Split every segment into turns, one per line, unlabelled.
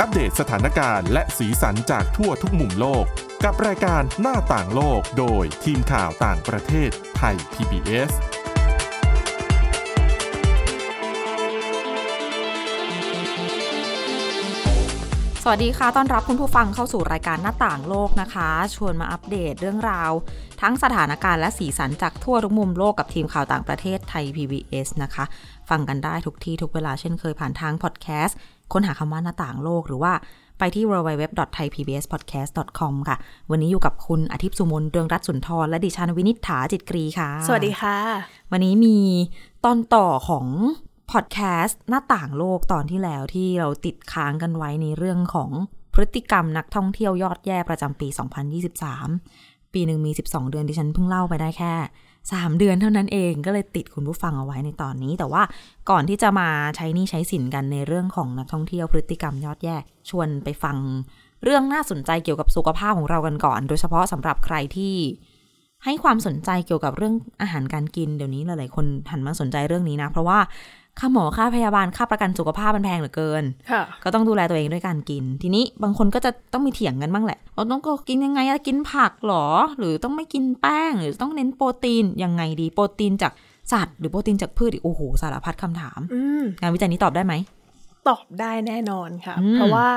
อัปเดตสถานการณ์และสีสันจากทั่วทุกมุมโลก กับรายการหน้าต่างโลกโดยทีมข่าวต่างประเทศไทย PBS
สวัสดีค่ะ ต้อนรับคุณผู้ฟังเข้าสู่รายการหน้าต่างโลกนะคะ ชวนมาอัปเดตเรื่องราว ทั้งสถานการณ์และสีสันจากทั่วทุกมุมโลกกับทีมข่าวต่างประเทศไทย PBS นะคะ ฟังกันได้ทุกที่ทุกเวลาเช่นเคยผ่านทางพอดแคสต์ ค้นหาคำว่าหน้าต่างโลกหรือว่าไปที่ www.thaipbspodcast.com ค่ะ วันนี้อยู่กับคุณอาทิตย์สุมนต์เรืองรัตน์สุนทรและดิฉันวินิษฐาจิตกรีค่ะ
สวัสดีค่ะ
วันนี้มีตอนต่อของพอดแคสต์หน้าต่างโลกตอนที่แล้วที่เราติดค้างกันไว้ในเรื่องของพฤติกรรมนักท่องเที่ยวยอดแย่ประจำปี 2023 ปีหนึ่งมี 12 เดือนที่ฉันเพิ่งเล่าไปได้แค่ 3 เดือนเท่านั้นเองก็เลยติดคุณผู้ฟังเอาไว้ในตอนนี้ แต่ว่าก่อนที่จะมาใช้หนี่ใช้สินกันในเรื่องของนักท่องเที่ยวพฤติกรรมยอดแย่ ชวนไปฟังเรื่องน่าสนใจเกี่ยวกับสุขภาพของเรากันก่อน โดยเฉพาะสำหรับใครที่ ให้ความสนใจเกี่ยวกับเรื่องอาหารการกินเดี๋ยวนี้หลายๆ คนหันมาสนใจเรื่องนี้นะ เพราะว่าค่าหมอค่าพยาบาลค่าประกันสุขภาพมันแพงเหลือเกิน
ค่ะ
ก็ต้องดูแลตัวเองด้วยการกิน ทีนี้บางคนก็จะต้องมีเถียงกันบ้างแหละเราต้องก็กินยังไงอะกินผักเหรอ หรือต้องไม่กินแป้ง หรือต้องเน้นโปรตีนยังไงดีโปรตีนจากสัตว์หรือโปรตีนจากพืชอีกโอ้โหสารพัดคำถาม
อืม
งานวิจัยนี้ตอบได้ไหม
ตอบได้แน่นอนค่ะ
อืม
เพราะว่า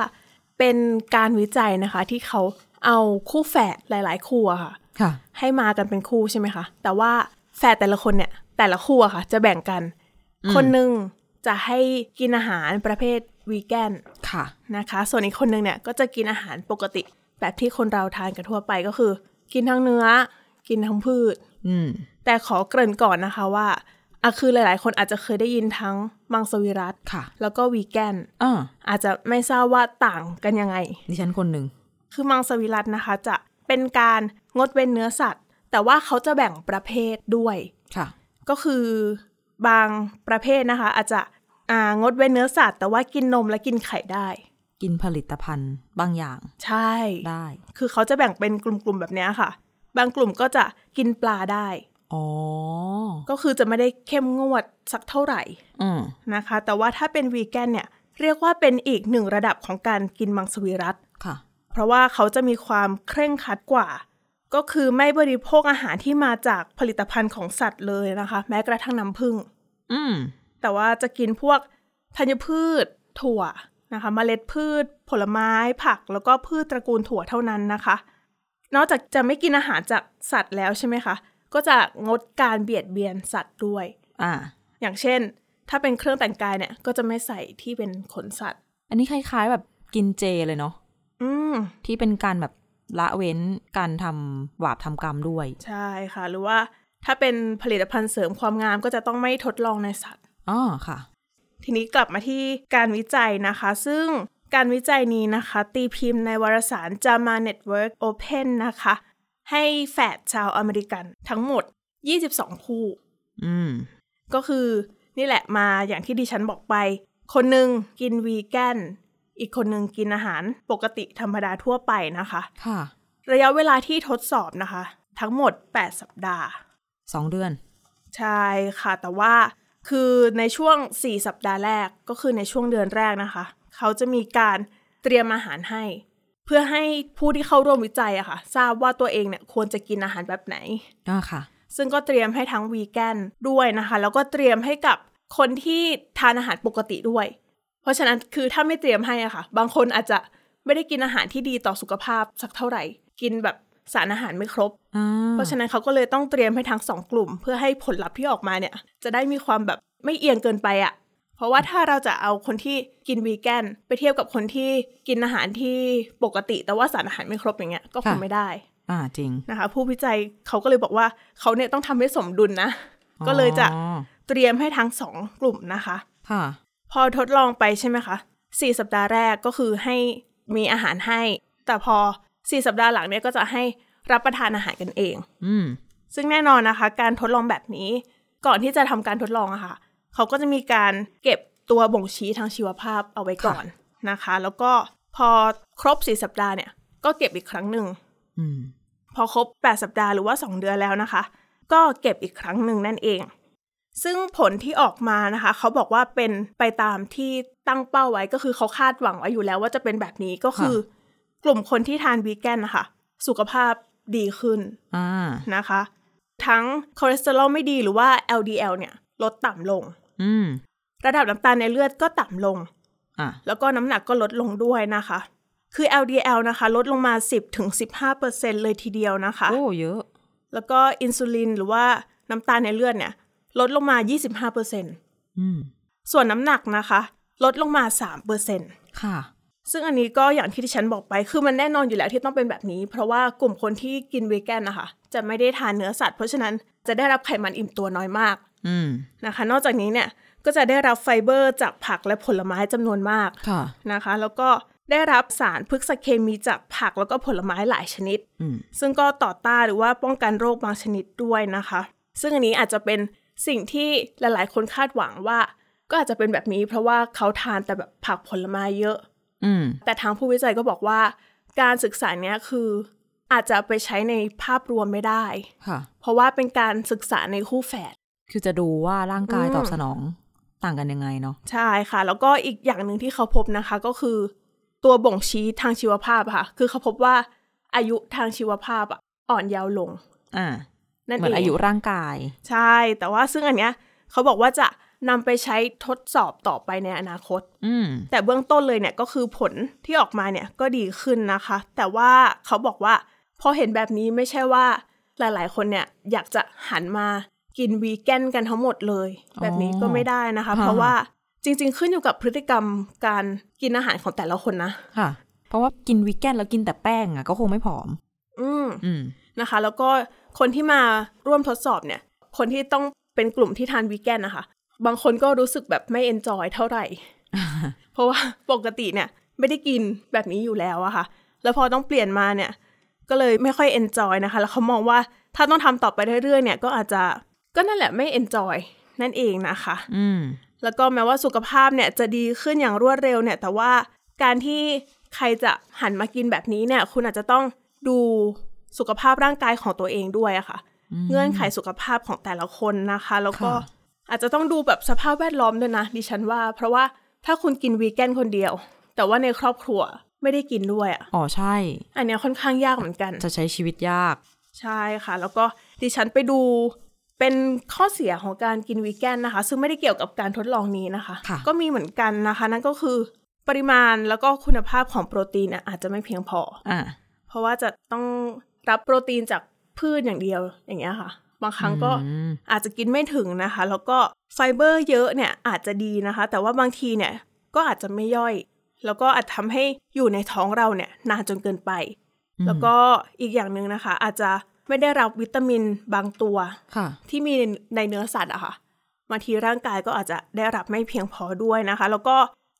เป็นการวิจัยนะคะที่เขาเอาคู่แฝดหลาย ๆ คู่อะค่ะ
ค่ะ
ให้มากันเป็นคู่ใช่ไหมคะ แต่ว่าแฝดแต่ละคนเนี่ย แต่ละคู่อะค่ะ จะแบ่งกัน
อืม
คนหนึ่งจะให้กินอาหารประเภทวีแกน
ค่ะ
นะคะ ส่วนอีกคนหนึ่งเนี่ยก็จะกินอาหารปกติ แบบที่คนเราทานกันทั่วไปก็คือ กินทั้งเนื้อ กินทั้งพืช
อืม
แต่ขอเกริ่นก่อนนะคะว่าอะคือหลาย ๆ คนอาจจะเคยได้ยินทั้งมังสวิรัต
ค่ะ
แล้วก็วีแกน
อ่า
อาจจะไม่ทราบว่าต่างกันยังไง
ดิฉันคนหนึ่ง
คือมังสวิรัตนะคะ จะเป็นการงดเว้นเนื้อสัตว์ แต่ว่าเขาจะแบ่งประเภทด้วย
ค่ะ
ก็คือบางประเภทนะคะ อาจจะอ่างดเว้นเนื้อสัตว์ แต่ว่ากินนมและกินไข่ได้
กินผลิตภัณฑ์บางอย่าง
ใช่
ได้
คือเขาจะแบ่งเป็นกลุ่ม ๆ แบบเนี้ยค่ะ บางกลุ่มก็จะกินปลาได้
อ๋อ
ก็คือจะไม่ได้เข้มงวดสักเท่าไหร่
อืม
นะคะ แต่ว่าถ้าเป็นวีแกนเนี่ย เรียกว่าเป็นอีกหนึ่งระดับของการกินมังสวิรัต
ค่ะ
เพราะว่าเขาจะมีความเคร่งครัดกว่า ก็คือไม่บริโภคอาหารที่มาจากผลิตภัณฑ์ของสัตว์เลยนะคะ แม้กระทั่งน้ำผึ้ง
อืม
แต่ว่าจะกินพวกธัญพืช ถั่วนะคะเมล็ดพืช ผลไม้ผักแล้วก็พืชตระกูลถั่วเท่านั้นนะคะ นอกจากจะไม่กินอาหารจากสัตว์แล้วใช่ไหมคะ ก็จะงดการเบียดเบียนสัตว์ด้วย
อ่า
อย่างเช่น ถ้าเป็นเครื่องแต่งกายเนี่ย ก็จะไม่ใส่ที่เป็นขนสัตว์
อันนี้คล้าย ๆ แบบกินเจเลยเนาะ
อืม
ที่เป็นการแบบละเว้นการทำบาปทำกรรมด้วย
ใช่ค่ะ หรือว่าถ้าเป็นผลิตภัณฑ์เสริมความงามก็จะต้องไม่ทดลองในสัตว์
อ๋อ ค่ะ
ทีนี้กลับมาที่การวิจัยนะคะ ซึ่งการวิจัยนี้นะคะ ตีพิมพ์ในวารสาร JAMA Network Open นะคะ ให้แฝดชาวอเมริกันทั้งหมด 22 คู่
อืม
ก็คือนี่แหละมาอย่างที่ดิฉันบอกไป คนหนึ่งกินวีแกน อีกคนหนึ่งกินอาหารปกติธรรมดาทั่วไปนะคะ
ค่ะ
ระยะเวลาที่ทดสอบนะคะ ทั้งหมด 8 สัปดาห์
สองเดือน
ใช่ค่ะ แต่ว่าคือในช่วง 4 สัปดาห์แรกก็คือในช่วงเดือนแรกนะคะ เขาจะมีการเตรียมอาหารให้ เพื่อให้ผู้ที่เข้าร่วมวิจัยอะค่ะ ทราบว่าตัวเองเนี่ยควรจะกินอาหารแบบไหน
อ่า ค่ะ
ซึ่งก็เตรียมให้ทั้งวีแกนด้วยนะคะ แล้วก็เตรียมให้กับคนที่ทานอาหารปกติด้วย เพราะฉะนั้นคือถ้าไม่เตรียมให้อะค่ะ บางคนอาจจะไม่ได้กินอาหารที่ดีต่อสุขภาพสักเท่าไหร่ กินแบบสารอาหารไม่ครบ
อ่า
เพราะฉะนั้นเขาก็เลยต้องเตรียมให้ทั้งสองกลุ่ม เพื่อให้ผลลัพธ์ที่ออกมาเนี่ย จะได้มีความแบบไม่เอียงเกินไปอะ่ะ เพราะว่าถ้าเราจะเอาคนที่กินวีแกนไปเทียบกับคนที่กินอาหารที่ปกติ แต่ว่าสารอาหารไม่ครบอย่างเงี้ยก็คงไม่ได้
อ่า จริง
นะคะ ผู้วิจัยเขาก็เลยบอกว่าเขาเนี่ยต้องทำให้สมดุลนะ ก็เลยจะ
อ๋อ
เตรียมให้ทั้งสองกลุ่มนะคะ
ค่ะ
พอทดลองไปใช่ไหมคะสี่สัปดาห์แรกก็คือให้มีอาหารให้ แต่พอสี่สัปดาห์หลังเนี่ยก็จะให้รับประทานอาหารกันเอง
อืม
ซึ่งแน่นอนนะคะ การทดลองแบบนี้ก่อนที่จะทำการทดลองอะค่ะ เขาก็จะมีการเก็บตัวบ่งชี้ทางชีวภาพเอาไว้ก่อนนะคะ แล้วก็พอครบ 4 สัปดาห์เนี่ย ก็เก็บอีกครั้งหนึ่ง
อืม
พอครบ 8 สัปดาห์หรือว่า 2 เดือนแล้วนะคะ ก็เก็บอีกครั้งหนึ่งนั่นเอง ซึ่งผลที่ออกมานะคะ เขาบอกว่าเป็นไปตามที่ตั้งเป้าไว้ก็คือเขาคาดหวังไว้อยู่แล้วว่าจะเป็นแบบนี้ก็คือ กลุ่มคนที่ทานวีแกนนะคะสุขภาพดีขึ้น
อ่า
นะคะ ทั้งคอเลสเตอรอลไม่ดีหรือว่า LDL เนี่ยลดต่ำลง
อืม
ระดับน้ำตาลในเลือดก็ต่ำลง
อ่ะ
แล้วก็น้ำหนักก็ลดลงด้วยนะคะ คือ LDL นะคะ ลดลงมา 10-15%เลยทีเดียวนะคะ
โอ้ เยอะ
แล้วก็อินซูลินหรือว่าน้ำตาลในเลือดเนี่ย ลดลงมา 25%
อืม
ส่วนน้ำหนักนะคะ ลดลงมา 3%
ค่ะ
ซึ่งอันนี้ก็อย่างที่ที่ฉันบอกไป คือมันแน่นอนอยู่แล้วที่ต้องเป็นแบบนี้ เพราะว่ากลุ่มคนที่กินเวแกนนะคะ จะไม่ได้ทานเนื้อสัตว์ เพราะฉะนั้นจะได้รับไขมันอิ่มตัวน้อยมาก
อืม
นะคะ นอกจากนี้เนี่ยก็จะได้รับไฟเบอร์จากผักและผลไม้จำนวนมาก
ค่ะ
นะคะแล้วก็ได้รับสารพฤกษเคมีจากผักแล้วก็ผลไม้หลายชนิด
อืม
ซึ่งก็ต่อต้านหรือว่าป้องกันโรคบางชนิดด้วยนะคะ ซึ่งอันนี้อาจจะเป็นสิ่งที่หลายๆ คนคาดหวังว่า ก็อาจจะเป็นแบบนี้ เพราะว่าเขาทานแต่แบบผักผลไม้เยอะ
อืม
แต่ทางผู้วิจัยก็บอกว่า การศึกษาเนี้ยคืออาจจะไปใช้ในภาพรวมไม่ได้
ค่ะ
เพราะว่าเป็นการศึกษาในคู่แฝด
คือจะดูว่าร่างกาย
อืม
ตอบสนองต่างกันยังไงเนาะ
ใช่ค่ะ แล้วก็อีกอย่างหนึ่งที่เขาพบนะคะก็คือ ตัวบ่งชี้ทางชีวภาพอะค่ะ คือเขาพบว่าอายุทางชีวภาพอะอ่อนเยาว์ลง
อ่า
นั่น
เห
เอ
มือน
ง
อายุร่างกาย
ใช่ แต่ว่าซึ่งอันเนี้ยเขาบอกว่าจะนำไปใช้ทดสอบต่อไปในอนาคต
อืม
แต่เบื้องต้นเลยเนี่ยก็คือผลที่ออกมาเนี่ยก็ดีขึ้นนะคะ แต่ว่าเขาบอกว่าพอเห็นแบบนี้ไม่ใช่ว่าหลายๆ คนเนี่ยอยากจะหันมากินวีแกนกันทั้งหมดเลย
อ๋อ
แบบนี้ก็ไม่ได้นะคะ
ค่ะ
เพราะว่าจริงๆ ขึ้นอยู่กับพฤติกรรมการกินอาหารของแต่ละคนนะ
ค่ะ เพราะว่ากินวีแกนแล้วกินแต่แป้งอ่ะก็คงไม่ผอม
อืม
อืม
นะคะ แล้วก็คนที่มาร่วมทดสอบเนี่ย คนที่ต้องเป็นกลุ่มที่ทานวีแกนนะคะ บางคนก็รู้สึกแบบไม่เอนจอยเท่าไหร่ เพราะว่า ปกติเนี่ยไม่ได้กินแบบนี้อยู่แล้วอะค่ะ แล้วพอต้องเปลี่ยนมาเนี่ย ก็เลยไม่ค่อยเอนจอยนะคะ แล้วเขามองว่าถ้าต้องทำต่อไปเรื่อยๆเนี่ยก็อาจจะก็นั่นแหละไม่เอนจอยนั่นเองนะคะ
อืม
แล้วก็แม้ว่าสุขภาพเนี่ยจะดีขึ้นอย่างรวดเร็วเนี่ย แต่ว่าการที่ใครจะหันมากินแบบนี้เนี่ย คุณอาจจะต้องดูสุขภาพร่างกายของตัวเองด้วยอะค่ะ เงื่อนไขสุขภาพของแต่ละคนนะคะ แล้วก็
ค่ะ
อาจจะต้องดูแบบสภาพแวดล้อมด้วยนะดิฉันว่า เพราะว่าถ้าคุณกินวีแกนคนเดียว แต่ว่าในครอบครัวไม่ได้กินด้วยอะ
อ๋อใช่
อันเนี้ยค่อนข้างยากเหมือนกัน
จะใช้ชีวิตยาก
ใช่ค่ะ แล้วก็ดิฉันไปดูเป็นข้อเสียของการกินวีแกนนะคะ ซึ่งไม่ได้เกี่ยวกับการทดลองนี้นะคะ
ค่ะ
ก็มีเหมือนกันนะคะ นั่นก็คือปริมาณแล้วก็คุณภาพของโปรตีนเนี่ยอาจจะไม่เพียงพอ
อ่า
เพราะว่าจะต้องรับโปรตีนจากพืชอย่างเดียวอย่างเงี้ยค่ะ บางครั้งก็
อืม
อาจจะกินไม่ถึงนะคะ แล้วก็ไฟเบอร์เยอะเนี่ยอาจจะดีนะคะ แต่ว่าบางทีเนี่ยก็อาจจะไม่ย่อย แล้วก็อาจทำให้อยู่ในท้องเราเนี่ยนานจนเกินไป แล้วก็อีกอย่างหนึ่งนะคะ อาจจะไม่ได้รับวิตามินบางตัว
ค่ะ
ที่มีในในเนื้อสัตว์อะค่ะบางทีร่างกายก็อาจจะได้รับไม่เพียงพอด้วยนะคะ แล้วก็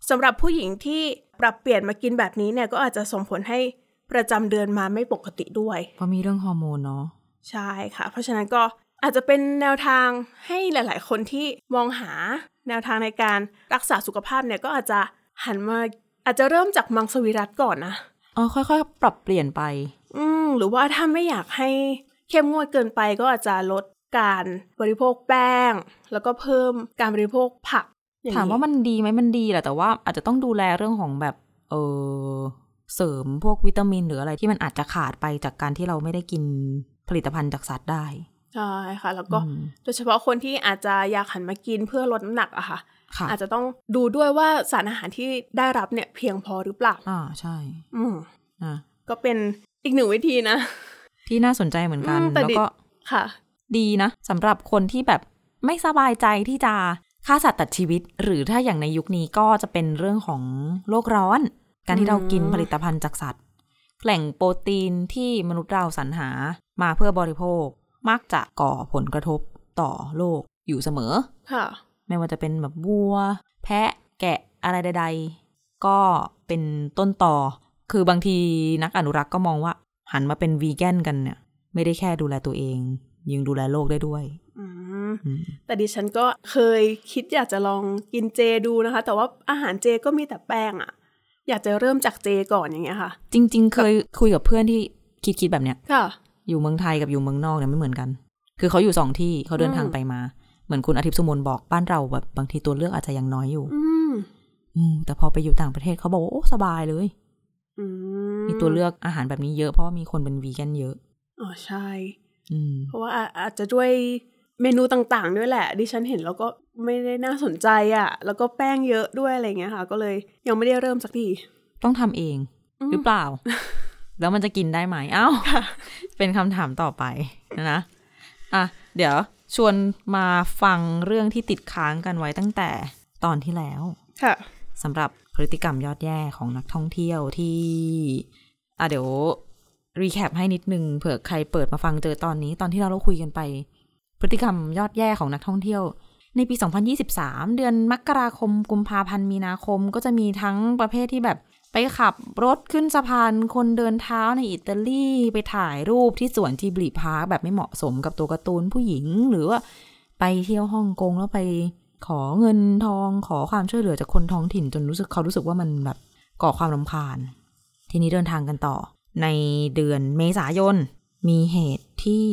สำหรับผู้หญิงที่ปรับเปลี่ยนมากินแบบนี้เนี่ยก็อาจจะส่งผลให้ประจำเดือนมาไม่ปกติด้วย
เพราะมีเรื่องฮอร์โมนเนาะ
ใช่ค่ะ เพราะฉะนั้นก็อาจจะเป็นแนวทางให้หลาย ๆ คนที่มองหาแนวทางในการรักษาสุขภาพเนี่ยก็อาจจะหันมาอาจจะเริ่มจากมังสวิรัตก่อนนะ
อ๋อ ค่อยๆ ปรับเปลี่ยนไป
อืมหรือว่าถ้าไม่อยากให้เข้มงวดเกินไปก็อาจจะลดการบริโภคแป้ง แล้วก็เพิ่มการบริโภคผักอย่ง
ถามว่ามันดีไหมมันดีแหละแต่ว่าอาจจะต้องดูแลเรื่องของแบบ เออเสริมพวกวิตามินหรืออะไรที่มันอาจจะขาดไปจากการที่เราไม่ได้กินผลิตภัณฑ์จากสัตว์ได้
ใช่ค่ะ แล้วก็
อืม
โดยเฉพาะคนที่อาจจะอยากหันมากินเพื่อลดน้ำหนักอะค่ะ
ค่ะ
อาจจะต้องดูด้วยว่าสารอาหารที่ได้รับเนี่ยเพียงพอหรือเปล่า
อ่าใช่
อืม
อ่ะ
ก็เป็นอีกหนึ่งวิธีนะ
ที่น่าสนใจเหมือนกัน
อืมแต่
แล้ว
ดิ
ก็
ค่ะ
ดีนะสำหรับคนที่แบบไม่สบายใจที่จะฆ่าสัตว์ตัดชีวิต หรือถ้าอย่างในยุคนี้ก็จะเป็นเรื่องของโลกร้อน การที่เรากินผลิตภัณฑ์จากสัตว์ แหล่งโปรตีนที่มนุษย์เราสรรหามาเพื่อบริโภค มักจะก่อผลกระทบต่อโลกอยู่เสมอ
ค่ะ
ไม่ว่าจะเป็นแบบวัว แพะแกะอะไรใด ๆ ก็เป็นต้นต่อ คือบางทีนักอนุรักษ์ก็มองว่า หันมาเป็นวีแกนกันเนี่ย ไม่ได้แค่ดูแลตัวเอง ยังดูแลโลกได้ด้วย
อืม
อืม
แต่ดิฉันก็เคยคิดอยากจะลองกินเจดูนะคะ แต่ว่าอาหารเจก็มีแต่แป้งอะอยากจะเริ่มจากเจก่อนอย่างเงี้ยค่ะ
จริง ๆ เคยคุยกับเพื่อนที่คิดคิดแบบเนี้ย
ค่ะ
อยู่เมืองไทยกับอยู่เมืองนอกเนี่ยไม่เหมือนกัน คือเขาอยู่สองที่เขาเดินทางไปมา เหมือนคุณอาทิตย์สุมนบอกบ้านเราแบบบางทีตัวเลือกอาจจะยังน้อยอยู่
อืม
อืมแต่พอไปอยู่ต่างประเทศเขาบอกว่าโอ้สบายเลย
อื
มีตัวเลือกอาหารแบบนี้เยอะเพราะว่ามีคนเป็นวีแกนเยอะ
อ๋อใช่
อืม
เพราะว่าอาอาจจะด้วยเมนูต่างๆ ด้วยแหละ ดิฉันเห็นแล้วก็ไม่ได้น่าสนใจอะ่ะ แล้วก็แป้งเยอะด้วยอะไรเงี้ยค่ะ ก็เลยยังไม่ได้เริ่มสักที
ต้องทำเองหรือเป ล่า แล้ว มันจะกินได้ไหมเอ้า เป็นคำถามต่อไปนะนะอ่ะ เดี๋ยวชวนมาฟังเรื่องที่ติดค้างกันไว้ตั้งแต่ตอนที่แล้ว
ค่ะ
สำหรับพฤติกรรมยอดแย่ของนักท่องเที่ยวที่อ่ะเดี๋ยวรีแคปให้นิดนึงเผื่อใครเปิดมาฟังเจอตอนนี้ ตอนที่เราเราคุยกันไป พฤติกรรมยอดแย่ของนักท่องเที่ยว ในปี 2023 เดือนมกราคม กุมภาพันธ์ มีนาคม ก็จะมีทั้งประเภทที่แบบไปขับรถขึ้นสะพาน คนเดินเท้าในอิตาลี ไปถ่ายรูปที่สวนจิบลิพาร์คแบบไม่เหมาะสมกับตัวการ์ตูนผู้หญิง หรือว่าไปเที่ยวฮ่องกงแล้วไปขอเงินทอง ขอความช่วยเหลือจากคนท้องถิ่นจนรู้สึกเขารู้สึกว่ามันแบบก่อความรำคาญ ทีนี้เดินทางกันต่อ ในเดือนเมษายน มีเหตุที่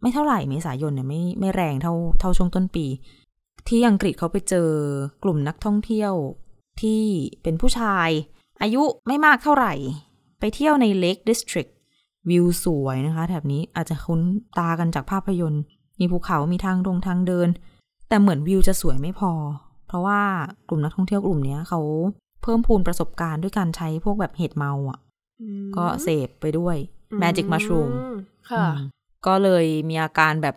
ไม่เท่าไหร่เมษายนเนี่ยไม่ไม่แรงเท่าเท่าช่วงต้นปี ที่อังกฤษเขาไปเจอกลุ่มนักท่องเที่ยวที่เป็นผู้ชาย อายุไม่มากเท่าไหร่ ไปเที่ยวในเล e ดิสทริกวิวสวยนะคะแถบนี้อาจจะคุ้นตากันจากภาพยนตร์ มีภูเขามีทางลงทางเดิน แต่เหมือนวิวจะสวยไม่พอ เพราะว่ากลุ่มนักท่องเที่ยวกลุ่มเนี้ยเขาเพิ่มพูนประสบการณ์ด้วยการใช้พวกแบบเห็ดเมาอ่ะ ก็เสพไปด้วย Magic Mushroom
อืมค่ะ
อืมก็เลยมีอาการแบบ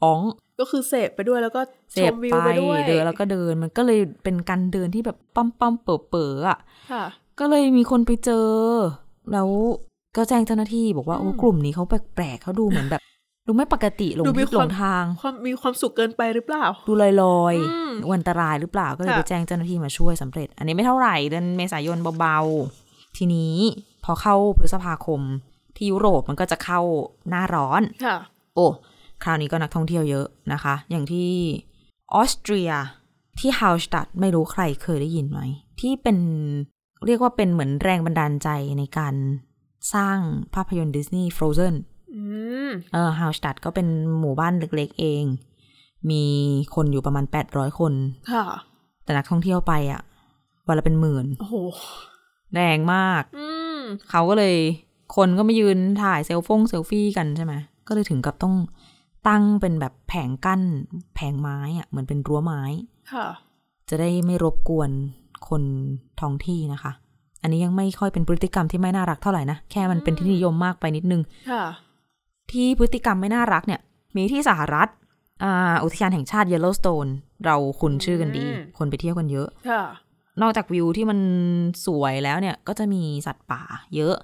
อ๋อง
ก็คือเสพไปด้วยแล้วก็
เส
ช
พ
มวิว
ไป
ไปด้วย
เดินแล้วก็เดินมันก็เลยเป็นการเดินที่แบบป้อมป้อมๆเป๋อเป๋อๆอ่ะ
ค่ะ
ก็เลยมีคนไปเจอ แล้วก็แจ้งเจ้าหน้าที่บอกว่า
อืม
โอ้กลุ่มนี้เขาแปลกๆเขาดูเหมือนแบบ ดูไม่ปกติหลง
ดูมี
ทิศหล
ความ
งทาง
ความมีความสุขเกินไปหรือเปล่า
ดูลอย
อืม
ๆอันตรายหรือเปล่าก็เลย
ค่ะ
ไปแจ้งเจ้าหน้าที่มาช่วยสำเร็จ อันนี้ไม่เท่าไหร่เดือนเมษายนเบาๆ ทีนี้พอเข้าพฤษภาคม ที่ยุโรปมันก็จะเข้าหน้าร้อน
ค่ะ
โอ้ คราวนี้ก็นักท่องเที่ยวเยอะนะคะ อย่างที่ออสเตรียที่ฮาวสตัดไม่รู้ใครเคยได้ยินไหม ที่เป็นเรียกว่าเป็นเหมือนแรงบันดาลใจในการสร้างภาพยนตร์ดิสนีย์ Frozen
อืม
เออฮาวสตัดก็เป็นหมู่บ้านเล็กๆเอง มีคนอยู่ประมาณ 800 คน
ค่ะ
แต่นักท่องเที่ยวไปอะวันละเป็นหมื่น
โอ้โห
แรงมาก
อืม
เขาก็เลยคนก็มายืนถ่ายเซลฟงเซลฟี่กันใช่ไหมก็เลยถึงกับต้องตั้งเป็นแบบแผงกั้น แผงไม้อะเหมือนเป็นรั้วไม้
ค่ะ
จะได้ไม่รบกวนคนท้องที่นะคะ อันนี้ยังไม่ค่อยเป็นพฤติกรรมที่ไม่น่ารักเท่าไหร่นะ แค่มันเป็นที่นิยมมากไปนิดนึง
ค่ะ
ที่พฤติกรรมไม่น่ารักเนี่ย มีที่สหรัฐอ่าอุทยานแห่งชาติ Yellowstone เราคุ้นชื่อกันดี
อืม
คนไปเที่ยวกันเยอะ
ค่ะ
นอกจากวิวที่มันสวยแล้วเนี่ย ก็จะมีสัตว์ป่าเยอะ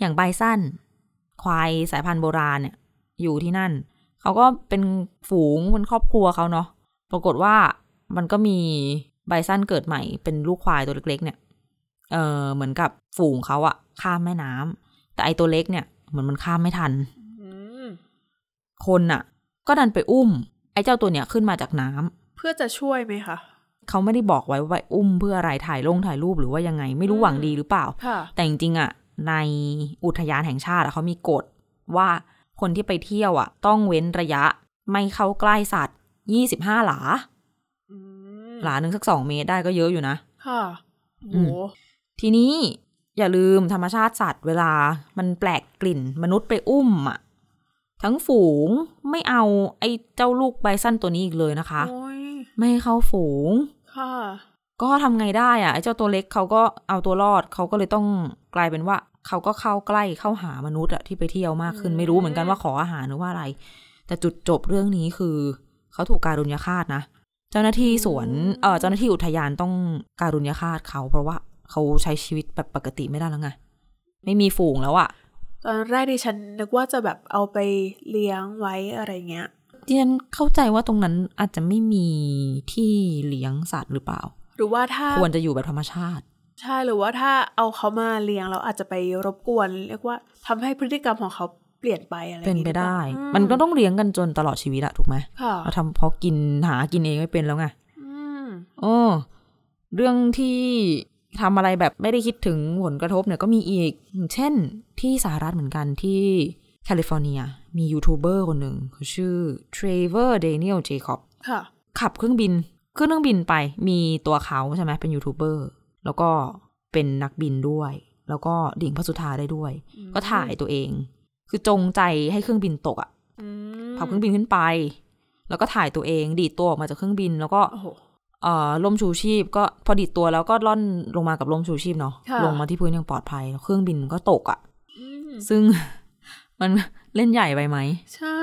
อย่างไบซันควายสายพันธุ์โบราณเนี่ย อยู่ที่นั่น เขาก็เป็นฝูงเป็นครอบครัวเขาเนาะปรากฏว่ามันก็มีไบซันเกิดใหม่เป็นลูกควายตัวเล็ก ๆ เนี่ยเออเหมือนกับฝูงเขาอะข้ามแม่น้ำแต่ไอตัวเล็กเนี่ยเหมือนมันข้ามไม่ทัน
อืม
คนอะก็ดันไปอุ้ม ไอเจ้าตัวเนี่ยขึ้นมาจากน้ำ
เพื่อจะช่วยไหมคะ
เขาไม่ได้บอกไว้ว่าอุ้มเพื่ออะไรถ่ายลงถ่ายรูปหรือว่ายังไง ไม่รู้หวังดีหรือเปล่า
ค่ะ
แต่จริงๆอ่ะในอุทยานแห่งชาติอะเขามีกฎว่าคนที่ไปเที่ยวอ่ะ ต้องเว้นระยะไม่เข้าใกล้สัตว์ 25 หลา
อืม
หลาหนึ่งสัก 2 เมตรได้ก็เยอะอยู่นะ
ค่ะโอ้
อื
โห
ม ทีนี้อย่าลืมธรรมชาติสัตว์เวลามันแปลกกลิ่นมนุษย์ไปอุ้มอ่ะทั้งฝูงไม่เอาไอ้เจ้าลูกไบซันตัวนี้อีกเลยนะคะ
โอ้ย
ไม่ให้เข้าฝูง
ค่ะ
ก็ทำไงได้อะไอ้เจ้าตัวเล็กเขาก็เอาตัวรอดเขาก็เลยต้องกลายเป็นว่า เขาก็เข้าใกล้เข้าหามนุษย์อะที่ไปเที่ยวมากขึ้น
อืม
ไม่รู้เหมือนกันว่าขออาหารหรือว่าอะไร แต่จุดจบเรื่องนี้คือ เขาถูกการุญยฆาตนะ เจ้าหน้าที่สวนเออเจ้าหน้าที่อุทยานต้องการุญยฆาตเขา เพราะว่าเขาใช้ชีวิตแบบปกติไม่ได้แล้วไงไม่มีฝูงแล้วอะ
ตอนแรกดิฉันนึกว่าจะแบบเอาไปเลี้ยงไว้อะไรเงี้ย
ดิฉันเข้าใจว่าตรงนั้นอาจจะไม่มีที่เลี้ยงสัตว์หรือเปล่า
หรือว่าถ้า
ควรจะอยู่แบบธรรมชาติ
ใช่หรือว่าถ้าเอาเขามาเลี้ยงเราอาจจะไปรบกวน เรียกว่าทำให้พฤติกรรมของเขาเปลี่ยนไปอะไร
เป็นไปได้
อย่างงี้หรือเปล่า
มันก็ต้องเลี้ยงกันจนตลอดชีวิตอะถูกไหม
ค่ะ
เราทำเพราะกินหากินเองไม่เป็นแล้วไง
อืม
โอ้เรื่องที่ทำอะไรแบบไม่ได้คิดถึงผลกระทบเนี่ยก็มีอีก เช่นที่สหรัฐเหมือนกันที่แคลิฟอร์เนีย มียูทูบเบอร์คนหนึ่งเขาชื่อเทรเวอร์เดนิเอลเจคอบ
ค่ะ
ขับเครื่องบินขึ้นเครื่องบินไปมีตัวเขาใช่ไหมเป็นยูทูบเบอร์แล้วก็เป็นนักบินด้วย แล้วก็ดิ่งพระสุธาได้ด้วย ก็ถ่ายตัวเอง คือจงใจให้เครื่องบินตกอะ่ะ
อืม
ขับเครื่องบินขึ้นไป แล้วก็ถ่ายตัวเองดีดตัวออกมาจากเครื่องบิน แล้วก็
โอ้โห
เอ่อล่มชูชีพ ก็พอดีดตัวแล้วก็ล่อนลงมากับล่มชูชีพเนาะ
ค่ะ
ลงมาที่พื้นอย่างปลอดภัยแล้วเครื่องบินก็ตกอะ่ะ
อืม
ซึ่ง มันเล่นใหญ่ไปไหม
ใช่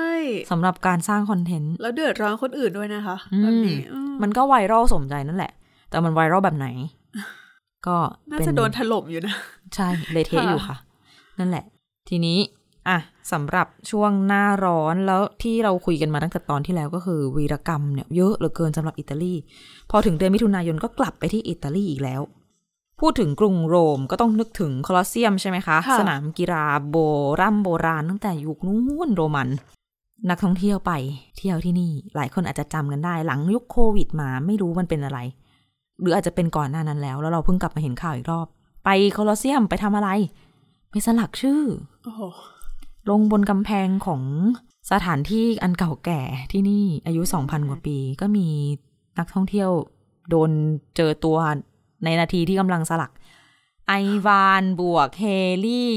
สำหรับการสร้างคอนเทนต์
แล้วเดือดร้อนคนอื่นด้วยนะคะ
อืม
แบบนี้อืม
มันก็ไวรัลสมใจนั่นแหละ แต่มันไวรัลแบบไหน ก็
น่า
เป็
จะโดนถล่มอยู่นะ
ใช่เละเทะ
ค่ะ
อยู่ค่ะ นั่นแหละ ทีนี้ อ่ะสำหรับช่วงหน้าร้อนแล้วที่เราคุยกันมาตั้งแต่ตอนที่แล้วก็คือวีรกรรมเนี่ยเยอะเหลือเกินสำหรับอิตาลี พอถึงเดือนมิถุนายนก็กลับไปที่อิตาลีอีกแล้ว พูดถึงกรุงโรมก็ต้องนึกถึงโคลอสเซียมใช่ไหมคะ
ค่ะ
สนามกีฬาโบร่ำโบราณตั้งแต่ยุคนู้นโรมัน นักท่องเที่ยวไปเที่ยวที่นี่ หลายคนอาจจะจำกันได้ หลังยุคโควิดมาไม่รู้มันเป็นอะไร หรืออาจจะเป็นก่อนหน้านั้นแล้ว แล้วเราเพิ่งกลับมาเห็นข่าวอีกรอบ ไปโคลอสเซียมไปทำอะไร ไปสลักชื่อ
โอ้โห
ลงบนกำแพงของสถานที่อันเก่าแก่ที่นี่อายุ 2,000 กว่าปี ก็มีนักท่องเที่ยวโดนเจอตัวในนาทีที่กำลังสลัก ไอวานบวกเฮลี่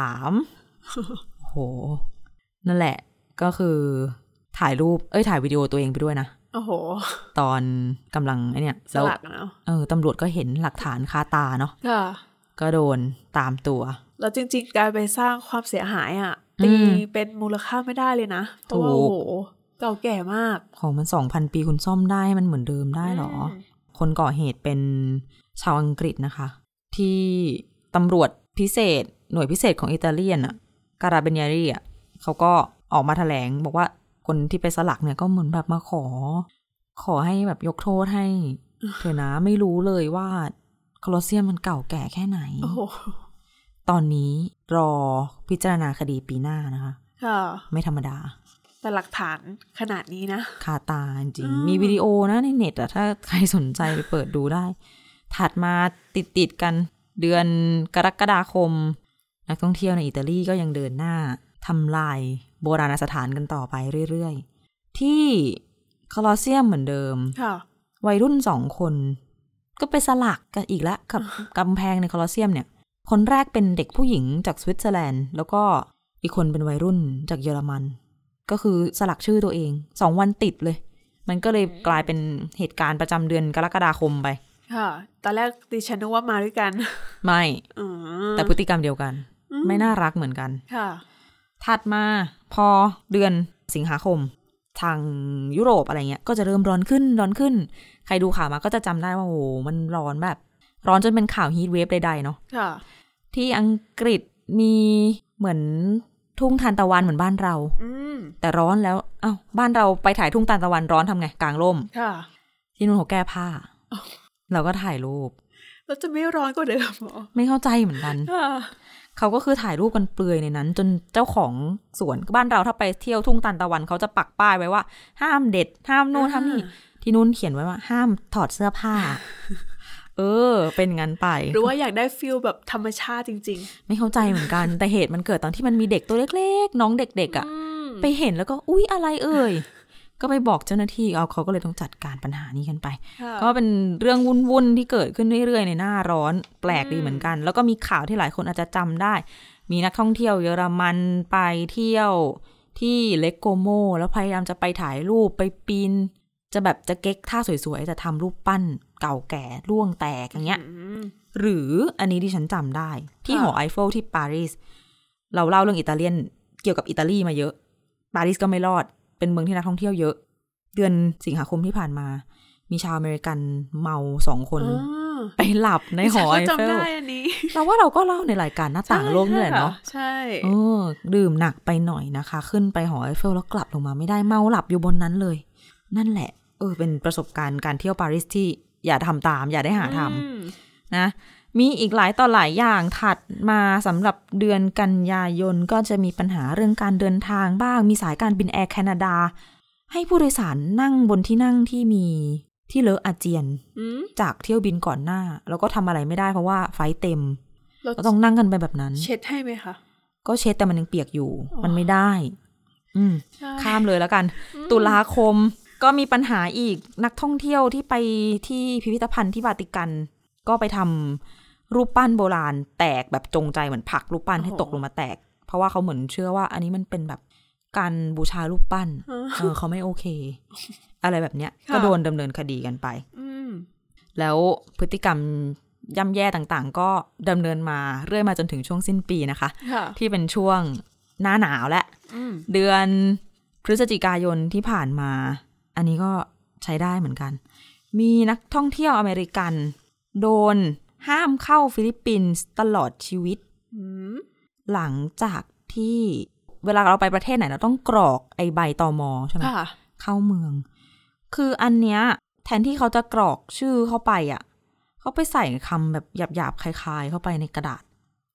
23โห นั่นแหละก็คือถ่ายรูป เอ้ย ถ่ายวิดีโอตัวเองไปด้วยนะ
โอ้โห
ตอนกำลังไอเนี่ย
ส
แล้ว
ลักนะ
เออตำรวจก็เห็นหลักฐานคาตาเนาะ
ค่ะ
ก็โดนตามตัว
แล้วจริง ๆ การไปสร้างความเสียหายอ่ะ
อื
ตี
ม
เป็นมูลค่าไม่ได้เลยนะเพราะว่า
ถูก
โอ้โหเก่าแก่มาก
ของมันสองพันปีคุณซ่อมได้ให้มันเหมือนเดิมได้เหรอ
ม
คนก่อเหตุเป็นชาวอังกฤษนะคะ ที่ตำรวจพิเศษ หน่วยพิเศษของอิตาเลียนอะการาเบเนียรีอะเขาก็ออกมาแถลง บอกว่าคนที่ไปสลักเนี่ยก็เหมือนแบบมาขอ ขอให้แบบยกโทษให้ เธอนะไม่รู้เลยว่าโคลอสเซียมมันเก่าแก่แค่ไหน
โอ้โห
ตอนนี้รอพิจารณาคดีปีหน้านะคะ
ค่ะ
ไม่ธรรมดา
แต่หลักฐานขนาดนี้นะ
คาตาจริง
อืม
ๆมีวิดีโอนะในเน็ตอะถ้าใครสนใจไปเปิดดูได้ ถัดมาติดติดๆกันเดือนกรกฎาคม นักท่องเที่ยวในอิตาลีก็ยังเดินหน้าทำลายโบราณสถานกันต่อไปเรื่อยๆ ที่โคลอสเซียมเหมือนเดิม
ค่ะ
วัยรุ่นสองคน ก็ไปสลักกันอีกแล้ว กับ กำแพงในโคลอสเซียมเนี่ย คนแรกเป็นเด็กผู้หญิงจากสวิตเซอร์แลนด์ แล้วก็อีกคนเป็นวัยรุ่นจากเยอรมัน ก็คือสลักชื่อตัวเองสองวันติดเลย มันก็เลยกลายเป็นเหตุการณ์ประจำเดือนกรกฎาคมไป
ค่ะ ตอนแรกดิฉันนึกว่ามาด้วยกัน
ไม่
อืม
แต่พฤติกรรมเดียวกัน ไม่น่ารักเหมือนกัน
ค่ะ
ถัดมาพอเดือนสิงหาคม ทางยุโรปอะไรเงี้ย ก็จะเริ่มร้อนขึ้นร้อนขึ้น ใครดูข่าวมาก็จะจำได้ว่าโอ้โหมันร้อนแบบ ร้อนจนเป็นข่าวฮีทเวฟใดๆเนาะ
ค่ะ
ที่อังกฤษมีเหมือนทุ่งทานตะวันเหมือนบ้านเรา
อืม
แต่ร้อนแล้วเอ้าบ้านเราไปถ่ายทุ่งทานตะวันร้อนทำไงกลางร่ม
ค่ะ
ที่นู่นเขาแก้ผ้า เราก็ถ่ายรูป
แล้วจะไม่ร้อนกว่าเดิมเหรอ
ไม่เข้าใจเหมือนกัน
ค่ะ
เขาก็คือถ่ายรูปกันเปลือยในนั้น จนเจ้าของสวนบ้านเราถ้าไปเที่ยวทุ่งตันตะวันเขาจะปักป้ายไว้ว่า ห้ามเด็ด ห้ามนู่นห้ามนี่
อ่
ที่นู่นเขียนไว้ว่า ห้ามถอดเสื้อ ผ้า เออ เป็นงั้นไป
หรือว่าอยากได้ฟิลแบบธรรมชาติจริง
ไม่เข้าใจเหมือนกัน แต่เหตุมันเกิดตอนที่มันมีเด็กตัวเล็กๆ น้องเด็กๆอะ่ะ ไปเห็นแล้วก็อุ๊ยอะไรเอ่ย ก็ไปบอกเจ้าหน้าที่เอาเขาก็เลยต้องจัดการปัญหานี้กันไป
ๆ ค่ะ
ก็เป็นเรื่องวุ่นๆที่เกิดขึ้นเรื่อยๆ ในหน้าร้อนแปลกดีเหมือนกัน แล้วก็มีข่าวที่หลายคนอาจจะจำได้ มีนักท่องเที่ยวเยอรมันไปเที่ยวที่เลกโกโม แล้วพยายามจะไปถ่ายรูปไปปีน จะแบบจะเก๊กท่าสวยๆ จะทำรูปปั้นเก่าแก่ร่วงแตกอย่างเงี้ย
อืม
หรืออันนี้ที่ฉันจำได้ ที่
ค่ะ
หอไอเฟลที่ปารีสเราเล่าเรื่องอิตาเลียนเกี่ยวกับอิตาลีมาเยอะปารีสก็ไม่รอด เป็นเมืองที่นักท่องเที่ยวเยอะ เดือนสิงหาคมที่ผ่านมา มีชาวอเมริกันเมาสองคน
อ่า
ไปหลับในหอไอ
ดิ
เฟ
ฉันก็
ล
จำได้อันนี้
เราว่าเราก็เล่าในรายการหน้าต่างโลกนี่แหละเนาะ
ใช่
เออ ดื่มหนักไปหน่อยนะคะ ขึ้นไปหอไอเฟลแล้วกลับลงมาไม่ได้เมาหลับอยู่บนนั้นเลย นั่นแหละ เออ เป็นประสบการณ์การเที่ยวปารีสที่อย่าทำตาม อย่าได้หาทำ
อืม
นะมีอีกหลายต่อหลายอย่างถัดมาสำหรับเดือนกันยายนก็จะมีปัญหาเรื่องการเดินทางบ้าง มีสายการบินแอร์แคนาดา ให้ผู้โดยสารนั่งบนที่นั่งที่มีที่เลอะอาเจียน
อืม
จากเที่ยวบินก่อนหน้า แล้วก็ทำอะไรไม่ได้เพราะว่าไฟล์เต็ม
เรา
ก็ต้องนั่งกันไปแบบนั้น
เช็ดให้ไหมคะ
ก็เช็ดแต่มันยังเปียกอยู่
อ๋อ
มันไม่ได้ อืม
ใช่
ข้ามเลยแล้วกัน ตุลาคมก็มีปัญหาอีกนักท่องเที่ยวที่ไปที่พิพิธภัณฑ์ที่วาติกัน ก็ไปทำรูปปั้นโบราณแตกแบบจงใจเหมือนผลักรูปปั้นให้
โอ้โห
ตกลงมาแตก เพราะว่าเขาเหมือนเชื่อว่า อันนี้มันเป็นแบบการบูชารูปปั้น
เออ
เออเขาไม่โอเค อะไรแบบเนี้ย
ค่ะ
ก็โดนดำเนินคดีกันไป
อืม
แล้วพฤติกรรมย่ำแย่ต่างๆ ก็ดำเนินมาเรื่อยมาจนถึงช่วงสิ้นปีนะคะ
ค่ะ
ที่เป็นช่วงหน้าหนาวและ
อืม
เดือนพฤศจิกายนที่ผ่านมา อันนี้ก็ใช้ได้เหมือนกัน มีนักท่องเที่ยวอเมริกัน โดนห้ามเข้าฟิลิปปินส์ตลอดชีวิต
อืม
หลังจากที่เวลาเราไปประเทศไหนเราต้องกรอกไอใบตอมอใช่ไหม
ค่ะ
เข้าเมือง คืออันเนี้ย แทนที่เขาจะกรอกชื่อเข้าไปอ่ะ เขาไปใส่คำแบบหยาบๆคลายๆ เข้าไปในกระดาษ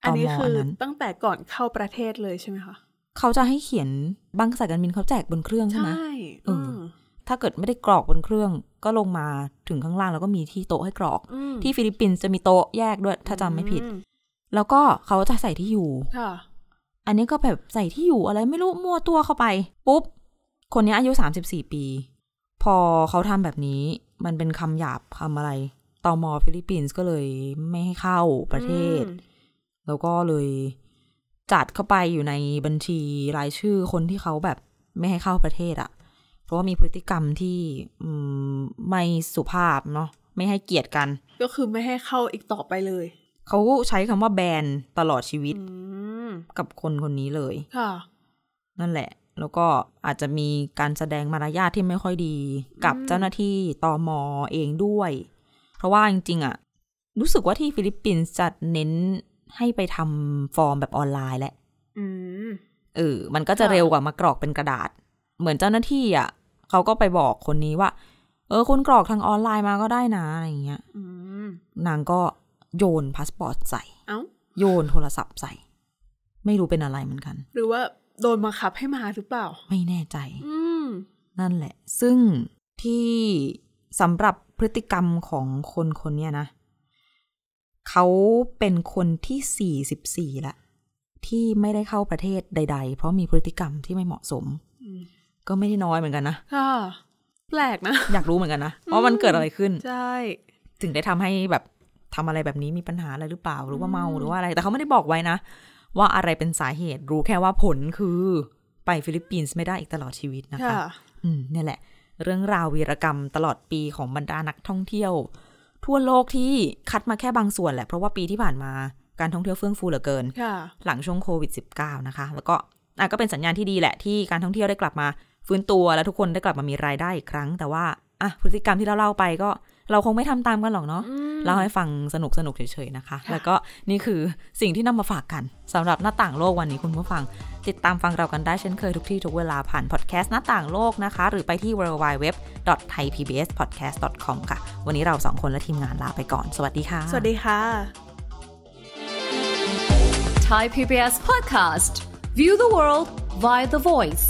อันนี้
ตม
คืออน
นั้น
ตั้งแต่ก่อนเข้าประเทศเลยใช่ไหมคะ
เขาจะให้เขียนบางสายการบินเขาแจกบนเครื่องใช่ไหม เอ
อื
อ
ม
ถ้าเกิดไม่ได้กรอกบนเครื่อง ก็ลงมาถึงข้างล่างแล้วก็มีที่โต๊ะให้กรอก
อืม
ที่ฟิลิปปินส์จะมีโต๊ะแยกด้วย ถ้าจำไม่ผิด
อื
แล้วก็เขาจะใส่ที่อยู่
ค่ะ
อันนี้ก็แบบใส่ที่อยู่อะไรไม่รู้มั่วตัวเข้าไป ปุ๊บ คนนี้อายุ 34 ปี พอเขาทำแบบนี้ มันเป็นคำหยาบคำอะไรตอมอฟิลิปปินส์ก็เลยไม่ให้เข้าประเทศ
อืม
แล้วก็เลยจัดเข้าไปอยู่ในบัญชีรายชื่อคนที่เขาแบบไม่ให้เข้าประเทศอะ่ะ เพราะว่ามีพฤติกรรมที่อืมไม่สุภาพเนาะไม่ให้เกียรติกัน
ก็คือไม่ให้เข้าอีกต่อไปเลย
เขาใช้คำว่าแบนตลอดชีวิต
อืม
กับคนคนนี้เลย
ค่ะ
นั่นแหละ แล้วก็อาจจะมีการแสดงมารยาทที่ไม่ค่อยดีกับ
อืม
เจ้าหน้าที่ตอมอเองด้วย เพราะว่าจริงๆอะรู้สึกว่าที่ฟิลิปปินส์จะเน้นให้ไปทำฟอร์มแบบออนไลน์แหละ
อืม
เออ มันก็จะ
ค่ะ
เร็วกว่ามากรอกเป็นกระดาษ เหมือนเจ้าหน้าที่อ่ะ เขาก็ไปบอกคนนี้ว่า เออ คุณกรอกทางออนไลน์มาก็ได้นะ อะไรอย่างเงี้ย
อืม
นางก็โยนพาสปอร์ตใส่
เอ้า
โยนโทรศัพท์ใส่ ไม่รู้เป็นอะไรเหมือนกัน
หรือว่าโดนบังคับให้มาหรือเปล่า
ไม่แน่ใจ
อืม
นั่นแหละ ซึ่งที่สำหรับพฤติกรรมของคนคนเนี้ยนะ เขาเป็นคนที่ 44 ละ ที่ไม่ได้เข้าประเทศใด ๆ เพราะมีพฤติกรรมที่ไม่เหมาะสม
อืม
ก็ไม่ได้น้อยเหมือนกันนะ
ค่ะ แปลกนะ
อยากรู้เหมือนกันนะ ว่ามันเกิดอะไรขึ้น
ใช่
ถึงได้ทำให้แบบทำอะไรแบบนี้มีปัญหาอะไรหรือเปล่า หรือว่าเมา
อืม
หรือว่าอะไร แต่เขาไม่ได้บอกไว้นะ ว่าอะไรเป็นสาเหตุ รู้แค่ว่าผลคือไปฟิลิปปินส์ไม่ได้อีกตลอดชีวิตนะคะ
ค่ะ
อืมเนี่ยแหละ เรื่องราววีรกรรมตลอดปีของบรรดานักท่องเที่ยว ทั่วโลกที่คัดมาแค่บางส่วนแหละ เพราะว่าปีที่ผ่านมาการท่องเที่ยวเฟื่องฟูเหลือเกิน
ค่ะ
หลังช่วงโควิด -19 นะคะ แล้วก็อ่ะก็เป็นสัญญาณที่ดีแหละที่การท่องเที่ยวได้กลับมาฟื้นตัว และทุกคนได้กลับมามีรายได้อีกครั้ง แต่ว่าอ่ะพฤติกรรมที่เราเล่าไปก็เราคงไม่ทำตามกันหรอกเนาะเล่าให้ฟังสนุกสนุกๆเฉยๆนะคะ แล้วก็นี่คือสิ่งที่นำมาฝากกันสำหรับหน้าต่างโลกวันนี้คุณผู้ฟัง ติดตามฟังเรากันได้เช่นเคยทุกที่ทุกเวลาผ่านพอดแคสต์หน้าต่างโลกนะคะ หรือไปที่ www.thaipbspodcast.com ค่ะ วันนี้เราสองคนและทีมงานลาไปก่อนสวัสดีค่ะ
สวัสดีค่ะ
Thai PBS podcast. View the world via the voice.